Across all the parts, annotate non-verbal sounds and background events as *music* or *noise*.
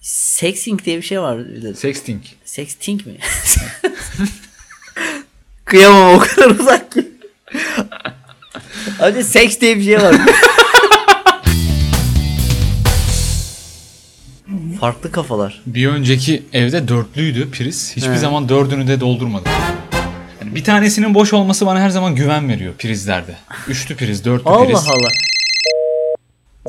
Sexting diye bir şey var. dedim. Sexting. Sexting mi? *laughs* Kıyamam o kadar uzak ki. Abi seks diye bir şey var. Farklı kafalar. Bir önceki evde dörtlüydü priz. Hiçbir zaman dördünü de doldurmadım. Yani bir tanesinin boş olması bana her zaman güven veriyor prizlerde. Üçlü priz, dörtlü priz. Allah Allah.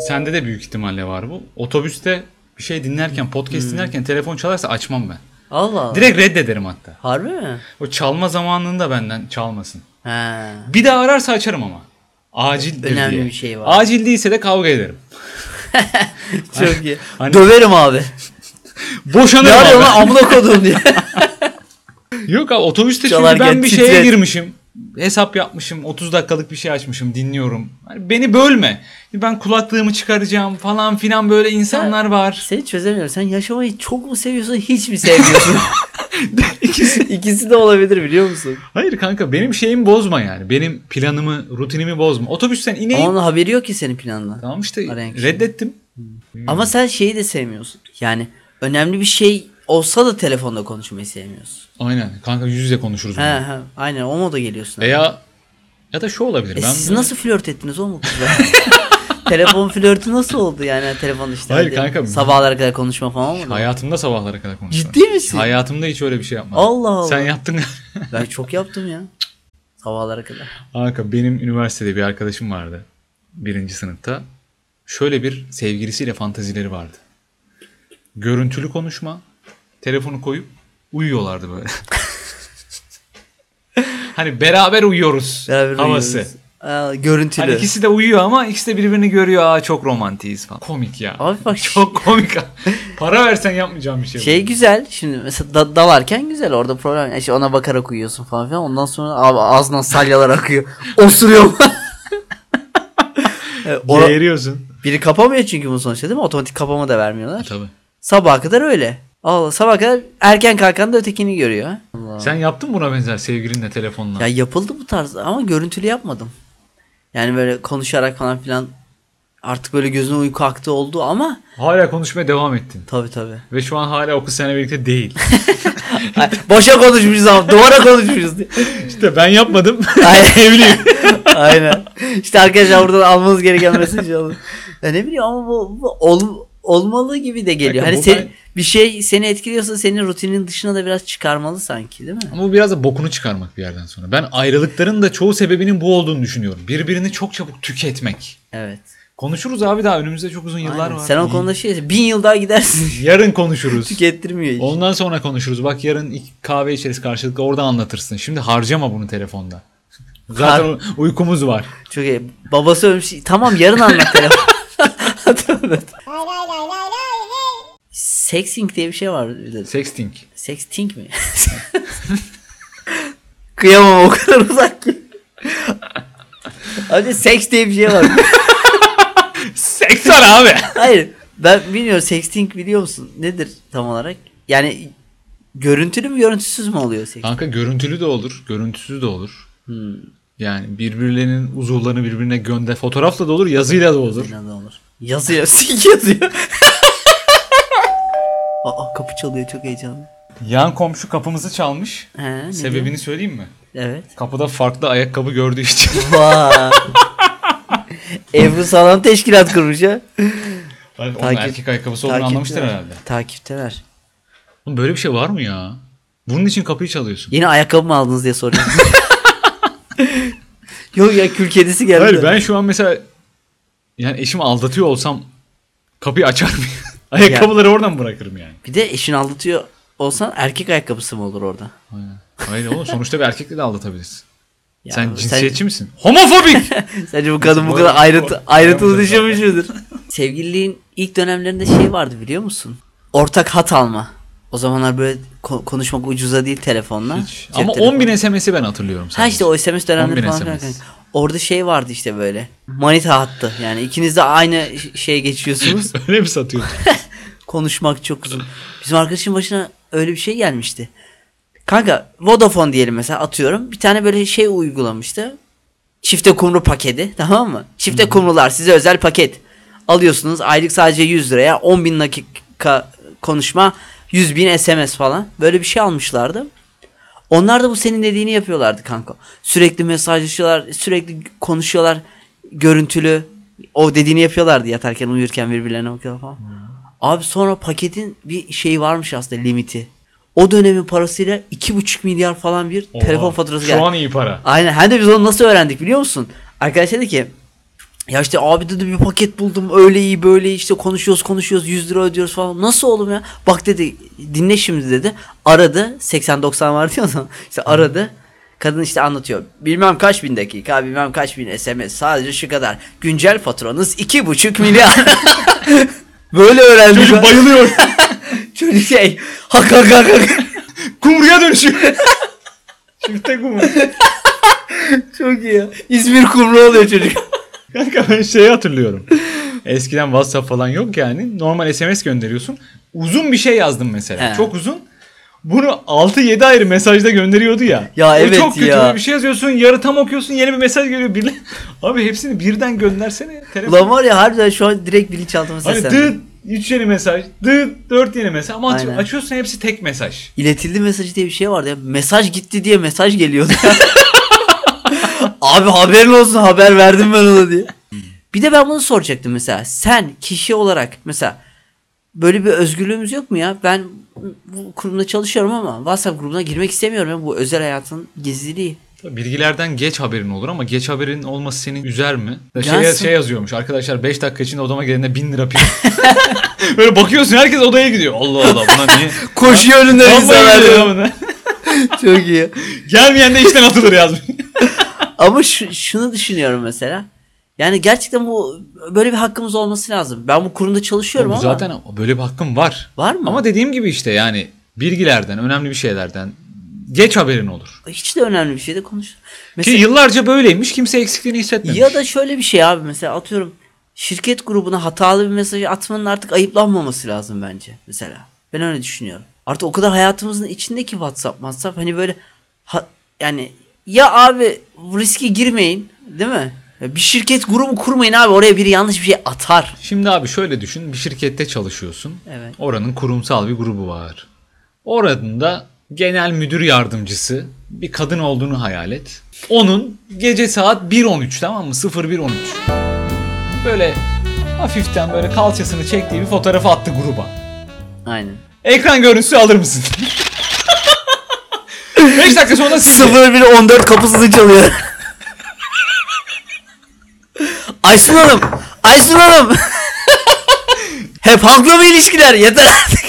Sende de büyük ihtimalle var bu. Otobüste bir şey dinlerken, podcast Hmm. dinlerken telefon çalarsa açmam ben. Allah Allah. Direkt reddederim hatta. Harbi mi? O çalma zamanında benden çalmasın. He. Bir daha ararsa açarım ama. Acil Önemli diye. bir şey var. Acil değilse de kavga ederim. *laughs* Çok iyi. Hani- Döverim abi. Ne Boşanırım arıyor abi. lan amına kodum *laughs* diye. Yok abi otobüste çünkü Çalarken ben bir şeye titret. girmişim. Hesap yapmışım. 30 dakikalık bir şey açmışım. Dinliyorum. Hani beni bölme. Ben kulaklığımı çıkaracağım falan filan böyle insanlar var. Seni çözemiyorum. Sen yaşamayı çok mu seviyorsun hiç mi sevmiyorsun? *laughs* İkisi. İkisi de olabilir biliyor musun? Hayır kanka benim şeyimi bozma yani. Benim planımı, rutinimi bozma. Otobüsten Ama ineyim. onun haberi yok ki senin planla. Tamam işte Arayan kişi. reddettim. Ama sen şeyi de sevmiyorsun. Yani önemli bir şey olsa da telefonda konuşmayı sevmiyorsun. Aynen. Kanka yüz yüze konuşuruz. He bunu. he. Aynen o moda geliyorsun. Veya ya da şu olabilir. E E, ben siz nasıl flört ettiniz oğlum? *laughs* Telefon flörtü nasıl oldu yani telefonda işte? Hayır hadi kanka. Sabahlara kadar konuşma falan olmadı. mı? hayatımda sabahlara kadar konuştum. Ciddi misin? Hayatımda hiç öyle bir şey yapmadım. Allah Allah. Sen yaptın. Ben çok yaptım ya. Sabahlara kadar. Kanka benim üniversitede bir arkadaşım vardı. Birinci sınıfta. Şöyle bir sevgilisiyle fantazileri vardı. Görüntülü konuşma. Telefonu koyup uyuyorlardı böyle. *laughs* hani beraber uyuyoruz Beraber havası. uyuyoruz. Aa, görüntülü. Hani ikisi de uyuyor ama ikisi de birbirini görüyor. Aa çok romantiyiz falan. Komik ya. Abi bak- *laughs* çok komik. Para versen yapmayacağım bir şey. bu. Şey güzel şimdi mesela da- dalarken güzel orada problem yok. İşte ona bakarak uyuyorsun falan filan ondan sonra abi ağzından salyalar akıyor *laughs* *laughs* osuruyor E, ora- Geğiriyorsun. biri kapamıyor çünkü bu sonuçta değil mi otomatik kapama da vermiyorlar Tabii. sabaha kadar öyle Allah sabaha kadar erken kalkan da ötekini görüyor ha. Sen yaptın mı buna benzer sevgilinle telefonla. ya yapıldı bu tarz ama görüntülü yapmadım yani böyle konuşarak falan filan artık böyle gözüne uyku aktı oldu ama Hala konuşmaya devam ettin. tabi tabi *laughs* Ve şu an hala okul sene birlikte değil. boşa konuşmuşuz ama duvara konuşmuşuz diye. İşte ben yapmadım. *laughs* *laughs* Aynen. *laughs* Aynen. İşte arkadaşlar buradan almanız gereken *laughs* mesajı alın. Ben ne bileyim ama bu, bu ol- olmalı gibi de geliyor. Kanka Hani bu sen, ben- bir şey seni etkiliyorsa senin rutinin dışına da biraz çıkarmalı sanki değil mi? Ama bu biraz da bokunu çıkarmak bir yerden sonra. Ben ayrılıkların da çoğu sebebinin bu olduğunu düşünüyorum. Birbirini çok çabuk tüketmek. Evet. Konuşuruz abi daha önümüzde çok uzun yıllar Aynen. var. Sen o konuda şey bin yıl daha *laughs* gidersin. *laughs* Yarın konuşuruz. Tükettirmiyor hiç. Ondan sonra konuşuruz. Bak yarın ilk kahve içeriz karşılıklı orada anlatırsın. Şimdi harcama bunu telefonda. Zaten Har- uykumuz var. Çok iyi. Babası ölmüş. Tamam yarın *laughs* anlat *laughs* telefon. Sexting diye bir şey var. bir de. Sexting. Sexting mi? *laughs* Kıyamam o kadar uzak ki. Abi seks diye bir şey var. Seks var abi. Hayır ben bilmiyorum sexting biliyor musun? Nedir tam olarak? Yani görüntülü mü görüntüsüz mü oluyor Hmm, sexting? Kanka görüntülü de olur, görüntüsüz de olur. Yani birbirlerinin uzuvlarını birbirine gönder. Fotoğrafla da olur, yazıyla da olur. Ne de olur. Yazıyor. *laughs* Sik yazıyor. *laughs* Aa kapı çalıyor çok heyecanlı. Yan komşu kapımızı çalmış. He, ne Sebebini söyleyeyim mi? diyor? Evet. Kapıda farklı ayakkabı gördüğü için. *laughs* *laughs* Vay. Ebru sağlam teşkilat kurmuş ha. Onun Takip- erkek ayakkabısı olduğunu anlamıştır herhalde. Takipteler. Oğlum böyle bir şey var mı ya? Bunun için kapıyı çalıyorsun. Yeni ayakkabı mı aldınız diye *laughs* soruyorum. *laughs* Yok ya kül kedisi geldi. Hayır de. ben şu an mesela yani eşimi aldatıyor olsam kapıyı açar mıyım? *laughs* Ayakkabıları oradan bırakırım yani. Bir de eşini aldatıyor olsan erkek ayakkabısı mı olur orada? Aynen. Hayır oğlum sonuçta bir erkekle de aldatabilirsin. Ya sen abi, *laughs* cinsiyetçi misin? Homofobik! Sence bu kadın bu Bu- kadar ayrıntı, bu- ayrıntılı bu- düşünmüş müdür? Sevgililiğin ilk dönemlerinde şey vardı biliyor musun? Ortak hat alma. O zamanlar böyle ko- konuşmak ucuza değil telefonla. Hiç. Cep Ama telefonu. 10 bin SMS'i ben hatırlıyorum. Ha sadece. işte o SMS dönemleri 10.000 falan. SMS. filan. Orada şey vardı işte böyle. Manita hattı. Yani ikiniz de aynı ş- şeye geçiyorsunuz. *laughs* Öyle mi satıyordun? Konuşmak çok uzun. Bizim arkadaşın başına öyle bir şey gelmişti. Kanka Vodafone diyelim mesela atıyorum. Bir tane böyle şey uygulamıştı. Çifte kumru paketi tamam mı? Çifte kumrular size özel paket. Alıyorsunuz aylık sadece 100 liraya 10 bin dakika konuşma 100 bin SMS falan. Böyle bir şey almışlardı. Onlar da bu senin dediğini yapıyorlardı kanka. Sürekli mesajlaşıyorlar, sürekli konuşuyorlar. Görüntülü. O dediğini yapıyorlardı yatarken uyurken birbirlerine bakıyorlar falan. Abi sonra paketin bir şeyi varmış aslında limiti. O dönemin parasıyla 2,5 milyar falan bir Oha, telefon faturası Şu geldi. an *laughs* iyi para. Aynen. Hem de biz onu nasıl öğrendik biliyor musun? Arkadaş dedi ki ya işte abi dedi bir paket buldum öyle iyi böyle iyi, işte konuşuyoruz konuşuyoruz 100 lira ödüyoruz falan. Nasıl oğlum ya? Bak dedi dinle şimdi dedi. Aradı 80-90 var diyor sana. İşte aradı. Kadın işte anlatıyor. Bilmem kaç bin dakika bilmem kaç bin SMS sadece şu kadar. Güncel faturanız 2,5 milyar. *laughs* böyle öğrendik. *laughs* Çocuk bayılıyor. Çocuk şey hak hak hak hak. Kumruya dönüşüyor. *laughs* Çifte kumru. *laughs* Çok iyi ya. İzmir kumru oluyor çocuk. Kanka ben şeyi hatırlıyorum. Eskiden WhatsApp falan yok yani. Normal SMS gönderiyorsun. Uzun bir şey yazdım mesela. He. Çok uzun. Bunu 6-7 ayrı mesajda gönderiyordu ya. Ya Bu evet çok kötü ya. Böyle bir şey yazıyorsun. Yarı tam okuyorsun. Yeni bir mesaj geliyor. Bir... *laughs* Abi hepsini birden göndersene. Telefon. *laughs* Ulan var ya harbiden şu an direkt bilinçaltıma hani seslendi. dıt 3 yeni mesaj. Dıt 4 yeni mesaj. Ama aç- Aynen. açıyorsun hepsi tek mesaj. İletildi mesajı diye bir şey vardı ya. Mesaj gitti diye mesaj geliyordu. *laughs* Abi haberin olsun haber verdim ben ona diye. Bir de ben bunu soracaktım mesela. Sen kişi olarak mesela böyle bir özgürlüğümüz yok mu ya? Ben bu kurumda çalışıyorum ama WhatsApp grubuna girmek istemiyorum. Ya. Bu özel hayatın gizliliği. Bilgilerden geç haberin olur ama geç haberin olması seni üzer mi? Şey, Yansın. şey yazıyormuş arkadaşlar 5 dakika içinde odama gelene 1000 lira prim. *laughs* Böyle bakıyorsun herkes odaya gidiyor. Allah Allah buna niye? Koşuyor önünden Vallahi izle gidiyor verdim. buna. Çok iyi. Gelmeyen de işten atılır yazmış. Ama şu- şunu düşünüyorum mesela. Yani gerçekten bu böyle bir hakkımız olması lazım. Ben bu kurumda çalışıyorum Bu ama. zaten böyle bir hakkım var. Var mı? Ama dediğim gibi işte yani bilgilerden, önemli bir şeylerden geç haberin olur. Hiç de önemli bir şey de konuşur. Ki Mesela yıllarca böyleymiş kimse eksikliğini hissetmemiş. ya da şöyle bir şey abi mesela atıyorum şirket grubuna hatalı bir mesajı atmanın artık ayıplanmaması lazım bence mesela. Ben öyle düşünüyorum. Artık o kadar hayatımızın içindeki WhatsApp, WhatsApp hani böyle ha- yani ya abi bu riske girmeyin değil mi? Ya Bir şirket grubu kurmayın abi oraya biri yanlış bir şey atar. Şimdi abi şöyle düşün. Bir şirkette çalışıyorsun. Evet. Oranın kurumsal bir grubu var. Oranın da genel müdür yardımcısı bir kadın olduğunu hayal et. Onun gece saat 1.13 tamam mı? 01.13. Böyle hafiften böyle kalçasını çektiği bir fotoğrafı attı gruba. Aynen. Ekran görüntüsü alır mısın? *laughs* 5 dakika sonra sıfır. 0114 kapısını çalıyor. Aysun Hanım. Aysun Hanım. Hep halkla mı ilişkiler? Yeter artık.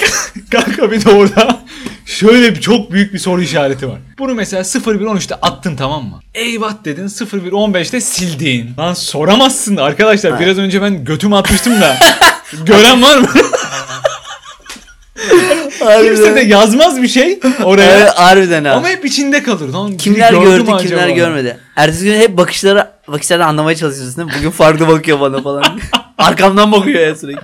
Kanka bir de orada şöyle bir, çok büyük bir soru işareti var. Bunu mesela 01.13'te attın tamam mı? Eyvah dedin 01.15'te sildin. Lan soramazsın arkadaşlar biraz önce ben götümü *laughs* atmıştım da. Gören var mı? Kimse de yazmaz bir şey Evet, oraya. harbiden abi. Ama hep içinde kalır. Lan biri kimler gördü gördü, mü kimler acaba? görmedi. Ertesi gün hep bakışlara bakışlardan anlamaya çalışıyorsun değil mi? Bugün farklı bakıyor bana *laughs* falan. Arkamdan bakıyor ya sürekli.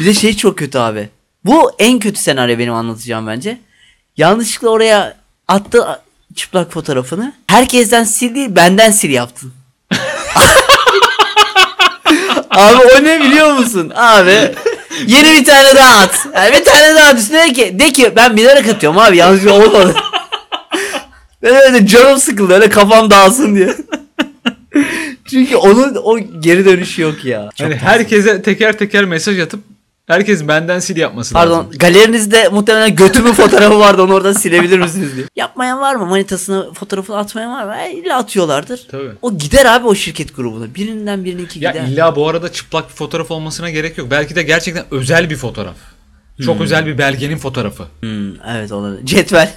Bir de şey çok kötü abi. Bu en kötü senaryo benim anlatacağım bence. Yanlışlıkla oraya attı çıplak fotoğrafını. Herkesten sil değil benden sil yaptın. abi o ne biliyor musun? Abi yeni bir tane daha at. Yani bir tane daha at üstüne de ki, de ki ben bilerek atıyorum abi yanlışlıkla olmadı. *laughs* Ben öyle canım sıkıldı öyle kafam dağılsın diye. *laughs* Çünkü onun o geri dönüşü yok ya. Hani, Yani Hani herkese teker teker mesaj atıp herkes benden sil yapması lazım. Pardon galerinizde muhtemelen götümün fotoğrafı vardı onu oradan silebilir misiniz diye. Yapmayan var mı manitasını fotoğrafını atmayan var mı? E, illa atıyorlardır. Tabii. O gider abi o şirket grubuna. Birinden birininki Ya gider. illa bu arada çıplak bir fotoğraf olmasına gerek yok. Belki de gerçekten özel bir fotoğraf. Çok özel bir belgenin fotoğrafı. Hmm, evet olabilir. *laughs* Cetvel.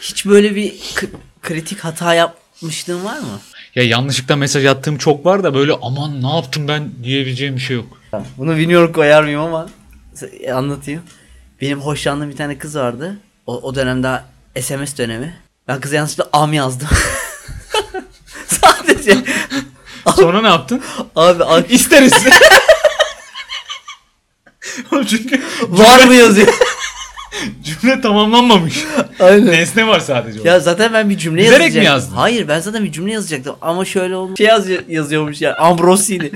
Hiç böyle bir k- kritik hata yapmışlığın var mı? Ya yanlışlıkla mesaj attığım çok var da böyle aman ne yaptım ben diyebileceğim bir şey yok. Bunu bilmiyorum koyar mıyım ama se- anlatayım. Benim hoşlandığım bir tane kız vardı. O, o dönem daha SMS dönemi. Ben kıza yanlışlıkla am yazdım. *laughs* Sadece. Sonra ne yaptın? *laughs* Abi am- İsteriz. *laughs* Oğlum çünkü var mı yazıyor? cümle tamamlanmamış. *laughs* Aynen. Nesne var sadece. orada. Ya zaten ben bir cümle Bilerek mi yazacaktım. yazdın? Hayır ben zaten bir cümle yazacaktım ama şöyle olmuş. Şey yaz- yazıyormuş ya Ambrosini.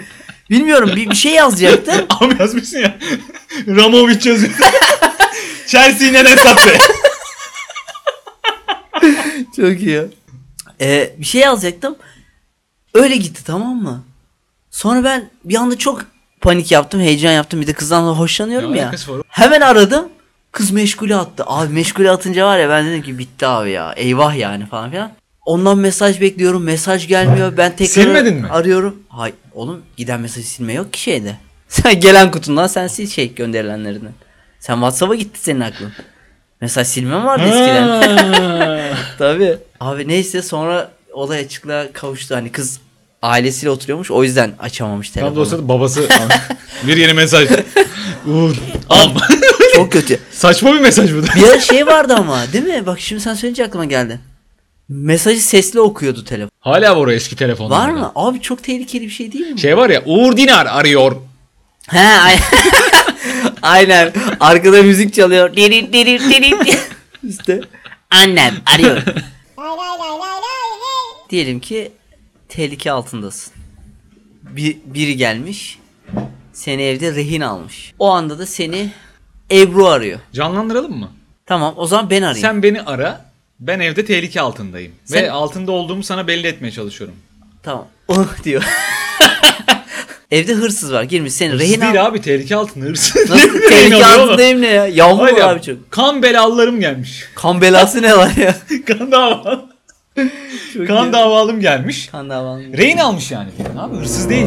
Bilmiyorum bir, bir şey yazacaktı. Abi yazmışsın ya. *laughs* Ramovic yazıyor. *laughs* Chelsea'yi *laughs* neden sattı? Çok iyi. Ee, bir şey yazacaktım. Öyle gitti tamam mı? Sonra ben bir anda çok panik yaptım, heyecan yaptım. Bir de kızdan da hoşlanıyorum Ne ya. alakası var? Hemen aradım. Kız meşgule attı. Abi meşgule atınca var ya ben dedim ki bitti abi ya. Eyvah yani falan filan. Ondan mesaj bekliyorum. Mesaj gelmiyor. Ben tekrar Silmedin mi? arıyorum. Hay oğlum giden mesajı silme yok ki şeyde. *laughs* Sen gelen kutundan sen sil şey gönderilenlerinden. Sen WhatsApp'a gitti senin aklın. Mesaj silme mi vardı *laughs* eskiden? *laughs* Ha. Tabii. Abi neyse sonra olay açıklığa kavuştu. Hani kız ailesiyle oturuyormuş o yüzden açamamış Tam telefonu. da olsa *laughs* da babası. bir yeni mesaj. Uğur. Al. şey- Çok kötü. Saçma bir mesaj bu da. Bir ara şey vardı ama değil mi? Bak şimdi sen söyleyince aklıma geldi. Mesajı sesli okuyordu telefon. Hala var o eski telefonlarda. Var mı? Abi çok tehlikeli bir şey değil mi? Şey var ya Uğur Dinar arıyor. He ay- *laughs* aynen. Arkada müzik çalıyor. Diri diri diri. *laughs* işte. Annem arıyor. Diyelim ki tehlike altındasın. Bir, biri gelmiş. Seni evde rehin almış. O anda da seni Ebru arıyor. Canlandıralım mı? Tamam o zaman ben arayayım. Sen beni ara. Ben evde tehlike altındayım. Sen- Ve altında olduğumu sana belli etmeye çalışıyorum. Tamam. Oh diyor. *laughs* evde hırsız var girmiş seni rehin Hırsız değil al. abi tehlike altında hırsız. *laughs* Nasıl Rehin tehlike alıyor oğlum. altındayım ne ya? Yağmur Var var ya, abi çok. Kan belalarım gelmiş. *laughs* Kan belası ne var ya? kan dava. iyi. kan davalım gelmiş. Kan davanı. Rehin almış yani filan abi hırsız değil.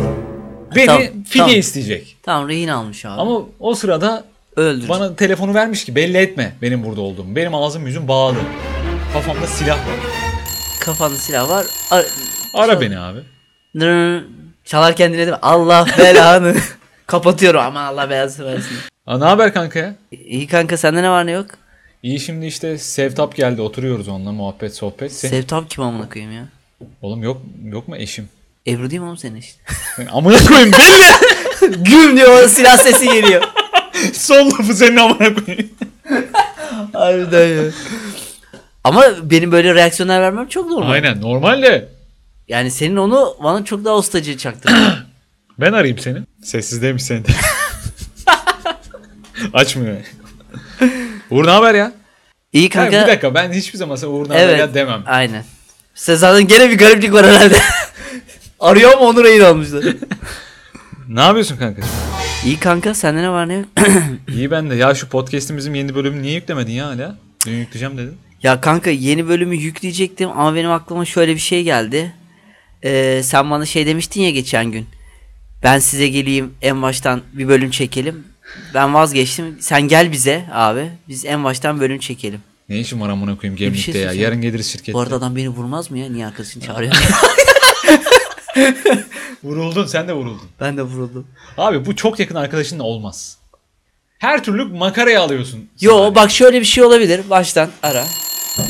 Beni Tamam, fidye tamam. isteyecek. Tamam rehin almış abi. Ama o sırada Öldürdü. bana telefonu vermiş ki belli etme benim burada olduğumu. Benim ağzım yüzüm bağlı. Kafamda silah var. Kafanda silah var. Ar- Ara beni abi. Nırr. Çalarken dinledim. Allah *laughs* belanı. Kapatıyorum ama Allah belasını versin. Aa, ne haber kanka ya? İyi kanka sende ne var ne yok? İyi şimdi işte Sevtap geldi oturuyoruz onunla muhabbet sohbet. Sen... Sevtap kim amına koyayım ya? Oğlum yok yok mu eşim? Ebru değil mi oğlum senin *laughs* işte? Ben amına *laughs* koyayım belli. Güm diyor silah sesi *laughs* geliyor. Son lafı senin amına koyayım. Harbiden ya. Ama benim böyle reaksiyonlar vermem çok normal. Aynen normalde Yani senin onu bana çok daha ustacı *laughs* çaktın. ben arayayım seni. Sessizdeymiş senin. *laughs* Açmıyor. Uğur ne haber ya? İyi Hayır, kanka. bir dakika ben hiçbir zaman sana Uğur ne haber evet. ya demem. Aynen. Sezar'ın gene bir gariplik var herhalde. *laughs* Arıyor ama onu rehin almışlar. Ne yapıyorsun kanka? İyi kanka sende ne var ne yok? *clears throat* İyi ben de. Ya şu podcast'imizin yeni bölümünü niye yüklemedin ya hala? Dün yükleyeceğim dedin. Ya kanka yeni bölümü yükleyecektim ama benim aklıma şöyle bir şey geldi. Ee, sen bana şey demiştin ya geçen gün. Ben size geleyim en baştan bir bölüm çekelim. Ben vazgeçtim. Sen gel bize abi. Biz en baştan bölüm çekelim. Ne işim var amına koyayım bir şey gemlikte ya. söyleyeceğim. Yarın geliriz şirkette. Bu arada adam beni vurmaz mı ya? Niye *laughs* arkasını çağırıyor? Vuruldun sen de vuruldun. ben de vuruldum. Abi bu çok yakın arkadaşınla olmaz. Her türlü makaraya alıyorsun. Yo bak şöyle bir şey olabilir. Baştan ara. *clears throat*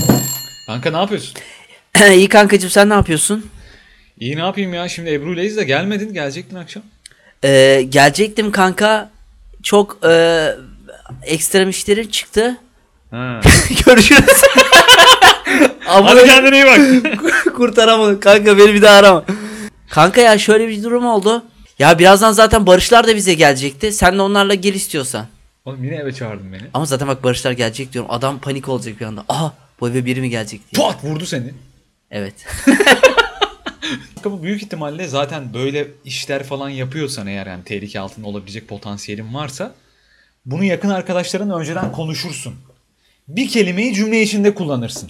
Kanka ne yapıyorsun? İyi kankacığım sen ne yapıyorsun? İyi ne yapayım ya şimdi Ebru'yleyiz de gelmedin gelecektin akşam. Ee, gelecektim kanka. Çok e, ekstrem işlerim çıktı. *laughs* Ha. *laughs* Görüşürüz. Abone- Hadi kendine iyi bak. *laughs* Kurtaramadım. Kanka beni bir daha arama. Kanka ya şöyle bir durum oldu. Ya birazdan zaten Barışlar da bize gelecekti. Sen de onlarla gel istiyorsan. *laughs* Oğlum yine eve çağırdın beni. Ama zaten bak Barışlar gelecek diyorum. Adam panik olacak bir anda. Aha bu eve biri mi gelecek diye. Pat vurdu seni. Evet. *laughs* Kanka Bu büyük ihtimalle zaten böyle işler falan yapıyorsan eğer yani tehlike altında olabilecek potansiyelin varsa bunu yakın arkadaşların önceden konuşursun. Bir kelimeyi cümle içinde kullanırsın.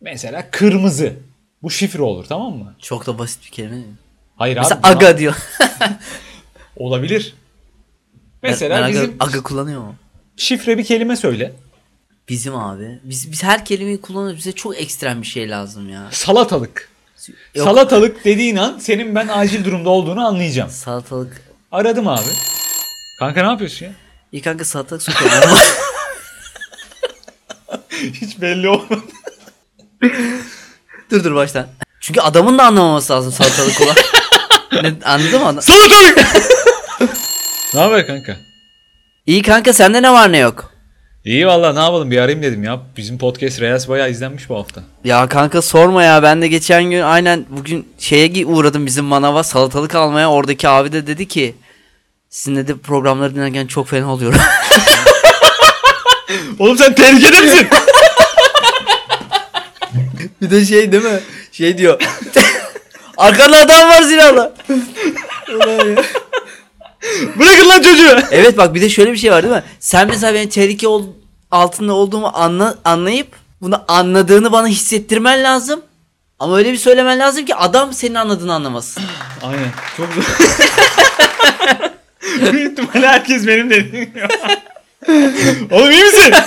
Mesela kırmızı. Bu şifre olur tamam mı? Çok da basit bir kelime. değil mi? Hayır Mesela abi. buna- aga diyor. Olabilir. *laughs* Mesela Ben aga- bizim aga kullanıyor mu? şifre bir kelime söyle. Bizim abi. Biz, biz her kelimeyi kullanıyoruz. Bize çok ekstrem bir şey lazım ya. Salatalık. Yok, Salatalık dediğin an senin ben acil durumda olduğunu anlayacağım. salatalık. Aradım abi. Kanka ne yapıyorsun ya? İyi kanka salatalık *laughs* sokuyor. *laughs* Hiç belli olmadı. dur dur baştan. Çünkü adamın da anlamaması lazım salatalık *laughs* olan. ne, anladın mı? Adam- Salatalık! ne haber kanka? İyi kanka sende ne var ne yok? İyi valla ne yapalım bir arayayım dedim ya. Bizim podcast Reels bayağı izlenmiş bu hafta. Ya kanka sorma ya ben de geçen gün aynen bugün şeye gi- uğradım bizim manava salatalık almaya oradaki abi de dedi ki sizin de programları dinlerken çok fena oluyorum. Oğlum sen tehlikede *laughs* misin? Bir de şey değil mi? Şey *laughs* diyor. Arkanda adam var silahla. Ulan ya. Bırakın lan çocuğu. evet bak bir de şöyle bir şey var değil mi? Sen mesela benim tehlike ol- altında olduğumu anla- anlayıp bunu anladığını bana hissettirmen lazım. Ama öyle bir söylemen lazım ki adam senin anladığını anlamasın. Aynen. Çok zor. *laughs* Büyük ihtimalle herkes benim dediğim. *laughs* Oğlum iyi misin? *laughs*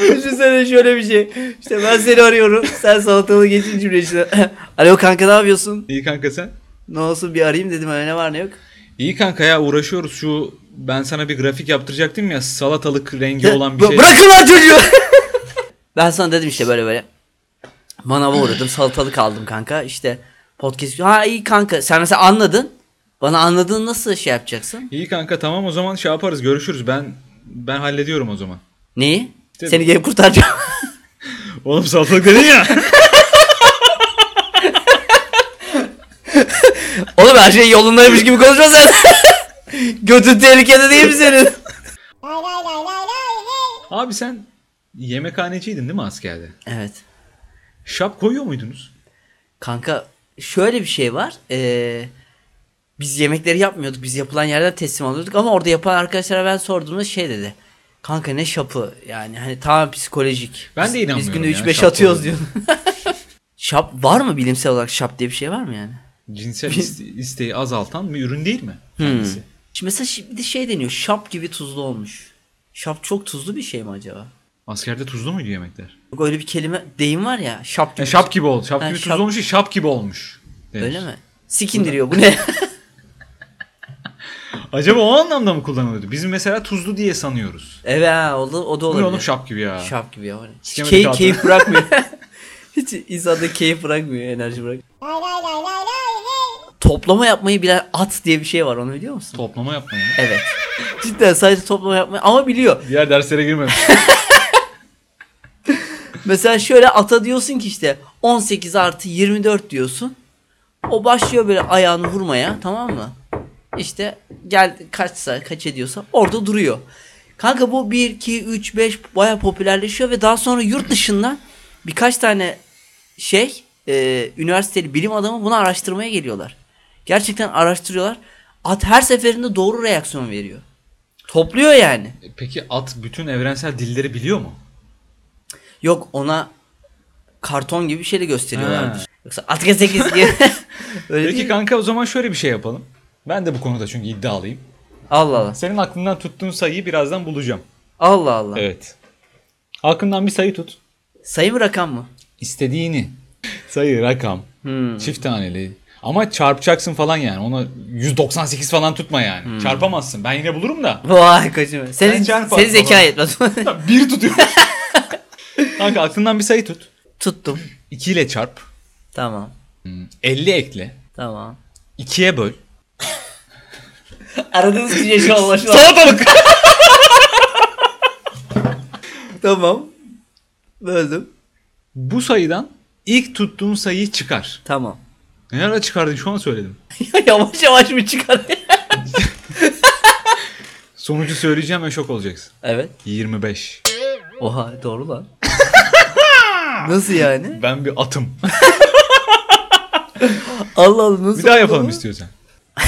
Düşünsene şöyle bir şey. İşte ben seni arıyorum. Sen salatalı geçin cümle *laughs* Alo kanka ne yapıyorsun? İyi kanka sen? Ne olsun bir arayayım dedim öyle ne var ne yok. İyi kanka ya uğraşıyoruz şu ben sana bir grafik yaptıracaktım ya salatalık rengi olan bir Bı- şey. Bırakın lan çocuğu. *laughs* ben sana dedim işte böyle böyle. Manava uğradım salatalık aldım kanka işte podcast. Ha iyi kanka sen mesela anladın. Bana anladığını nasıl şey yapacaksın? İyi kanka tamam o zaman şey yaparız görüşürüz ben ben hallediyorum o zaman. Neyi? İşte- Seni gelip kurtaracağım. *laughs* Oğlum salatalık dedin ya. Oğlum her şey yolundaymış gibi konuşma sen. *laughs* Götün tehlikede değil mi senin? *laughs* Abi sen yemekhaneciydin değil mi askerde? Evet. Şap koyuyor muydunuz? Kanka şöyle bir şey var. Ee, biz yemekleri yapmıyorduk. Biz yapılan yerden teslim alıyorduk. Ama orada yapan arkadaşlara ben sorduğumda şey dedi. Kanka ne şapı yani hani tamamen psikolojik. Ben Biz- de inanmıyorum Biz ya, günde 3-5 şap atıyoruz diyor. olduğunu. *laughs* şap var mı bilimsel olarak şap diye bir şey var mı yani? Cinsel iste- isteği azaltan bir ürün değil mi? Kendisi. Şimdi mesela şimdi de şey deniyor şap gibi tuzlu olmuş. Şap çok tuzlu bir şey mi acaba? Askerde tuzlu muydu yemekler? Yok öyle bir kelime deyim var ya şap gibi. E, şap gibi oldu. Şap Ha, gibi şap- tuzlu olmuş değil, şap gibi olmuş. denir. Öyle mi? Sikindiriyor bu ne? *laughs* Acaba o anlamda mı kullanılıyordu? Biz mesela tuzlu diye sanıyoruz. evet ha, o da, o da Bu ne olabilir. oğlum şap gibi ya. Şap gibi ya. var ya. Hiç Sikemedi key, kağıdı. keyif bırakmıyor. *laughs* Hiç insanda keyif bırakmıyor, enerji bırakmıyor. toplama yapmayı bilen at diye bir şey var onu biliyor musun? Toplama yapmayın. evet. Cidden sadece toplama yapmayı ama biliyor. Diğer derslere *laughs* girmemiş. Mesela şöyle ata diyorsun ki işte 18 artı 24 diyorsun. O başlıyor böyle ayağını vurmaya tamam mı? İşte gel kaçsa kaç ediyorsa orada duruyor. Kanka bu 1, 2, 3, 5 baya popülerleşiyor ve daha sonra yurt dışından birkaç tane şey e, üniversiteli bilim adamı bunu araştırmaya geliyorlar. Gerçekten araştırıyorlar. At her seferinde doğru reaksiyon veriyor. Topluyor yani. E, Peki at bütün evrensel dilleri biliyor mu? Yok ona karton gibi bir şeyle gösteriyorlardır. Ha. Yoksa Atka 8 *laughs* diye. Öyle Peki değil. kanka o zaman şöyle bir şey yapalım. Ben de bu konuda çünkü iddialıyım. Allah Allah. Senin aklından tuttuğun sayıyı birazdan bulacağım. Allah Allah. Evet. Aklından bir sayı tut. Sayı mı rakam mı? İstediğini. Sayı, rakam, çift taneli. Ama çarpacaksın falan yani. Ona 198 falan tutma yani. Çarpamazsın. Ben yine bulurum da. Vay koçum. Senin, Ben çarpı senin atmadım. zeka yetmez. Ya *laughs* bir tutuyor. kanka aklından bir sayı tut. *laughs* Tuttum. 2 ile çarp. Tamam. 50 ekle. Tamam. 2'ye böl. Aradığınız kişiye şu an ulaşılan. Salatalık. tamam. Böldüm. Bu sayıdan ilk tuttuğun sayıyı çıkar. Tamam. *laughs* Ne ara çıkardın şu an söyledim. yavaş yavaş mı çıkar? *laughs* Sonucu söyleyeceğim ve şok olacaksın. evet. 25. Oha doğru *laughs* lan. nasıl yani? Ben bir atım. Allah Allah nasıl? Bir daha oldu yapalım bu? istiyorsan. Bu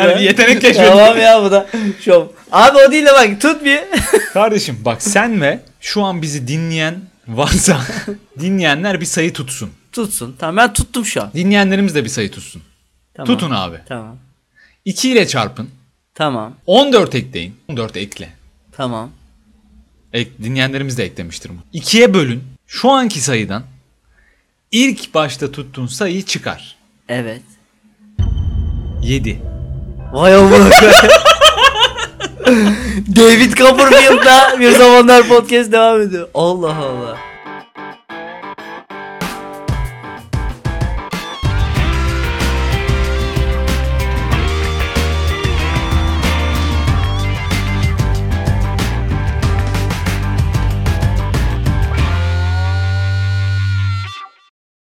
Hani da- bir yetenek keşfedin. Tamam ya bu da şov. Abi o değil de bak tut bir. Kardeşim bak sen ve şu an bizi dinleyen varsa *laughs* dinleyenler bir sayı tutsun. Tutsun. Tamam ben tuttum şu an. Dinleyenlerimiz de bir sayı tutsun. Tamam. Tutun abi. Tamam. 2 ile çarpın. Tamam. 14 ekleyin. 14 ekle. Tamam. Ek, dinleyenlerimiz de eklemiştir bunu. 2'ye bölün. Şu anki sayıdan ilk başta tuttuğun sayı çıkar. Evet. 7. Vay amına koyayım. *laughs* David Copperfield'da bir zamanlar podcast devam ediyor. Allah Allah.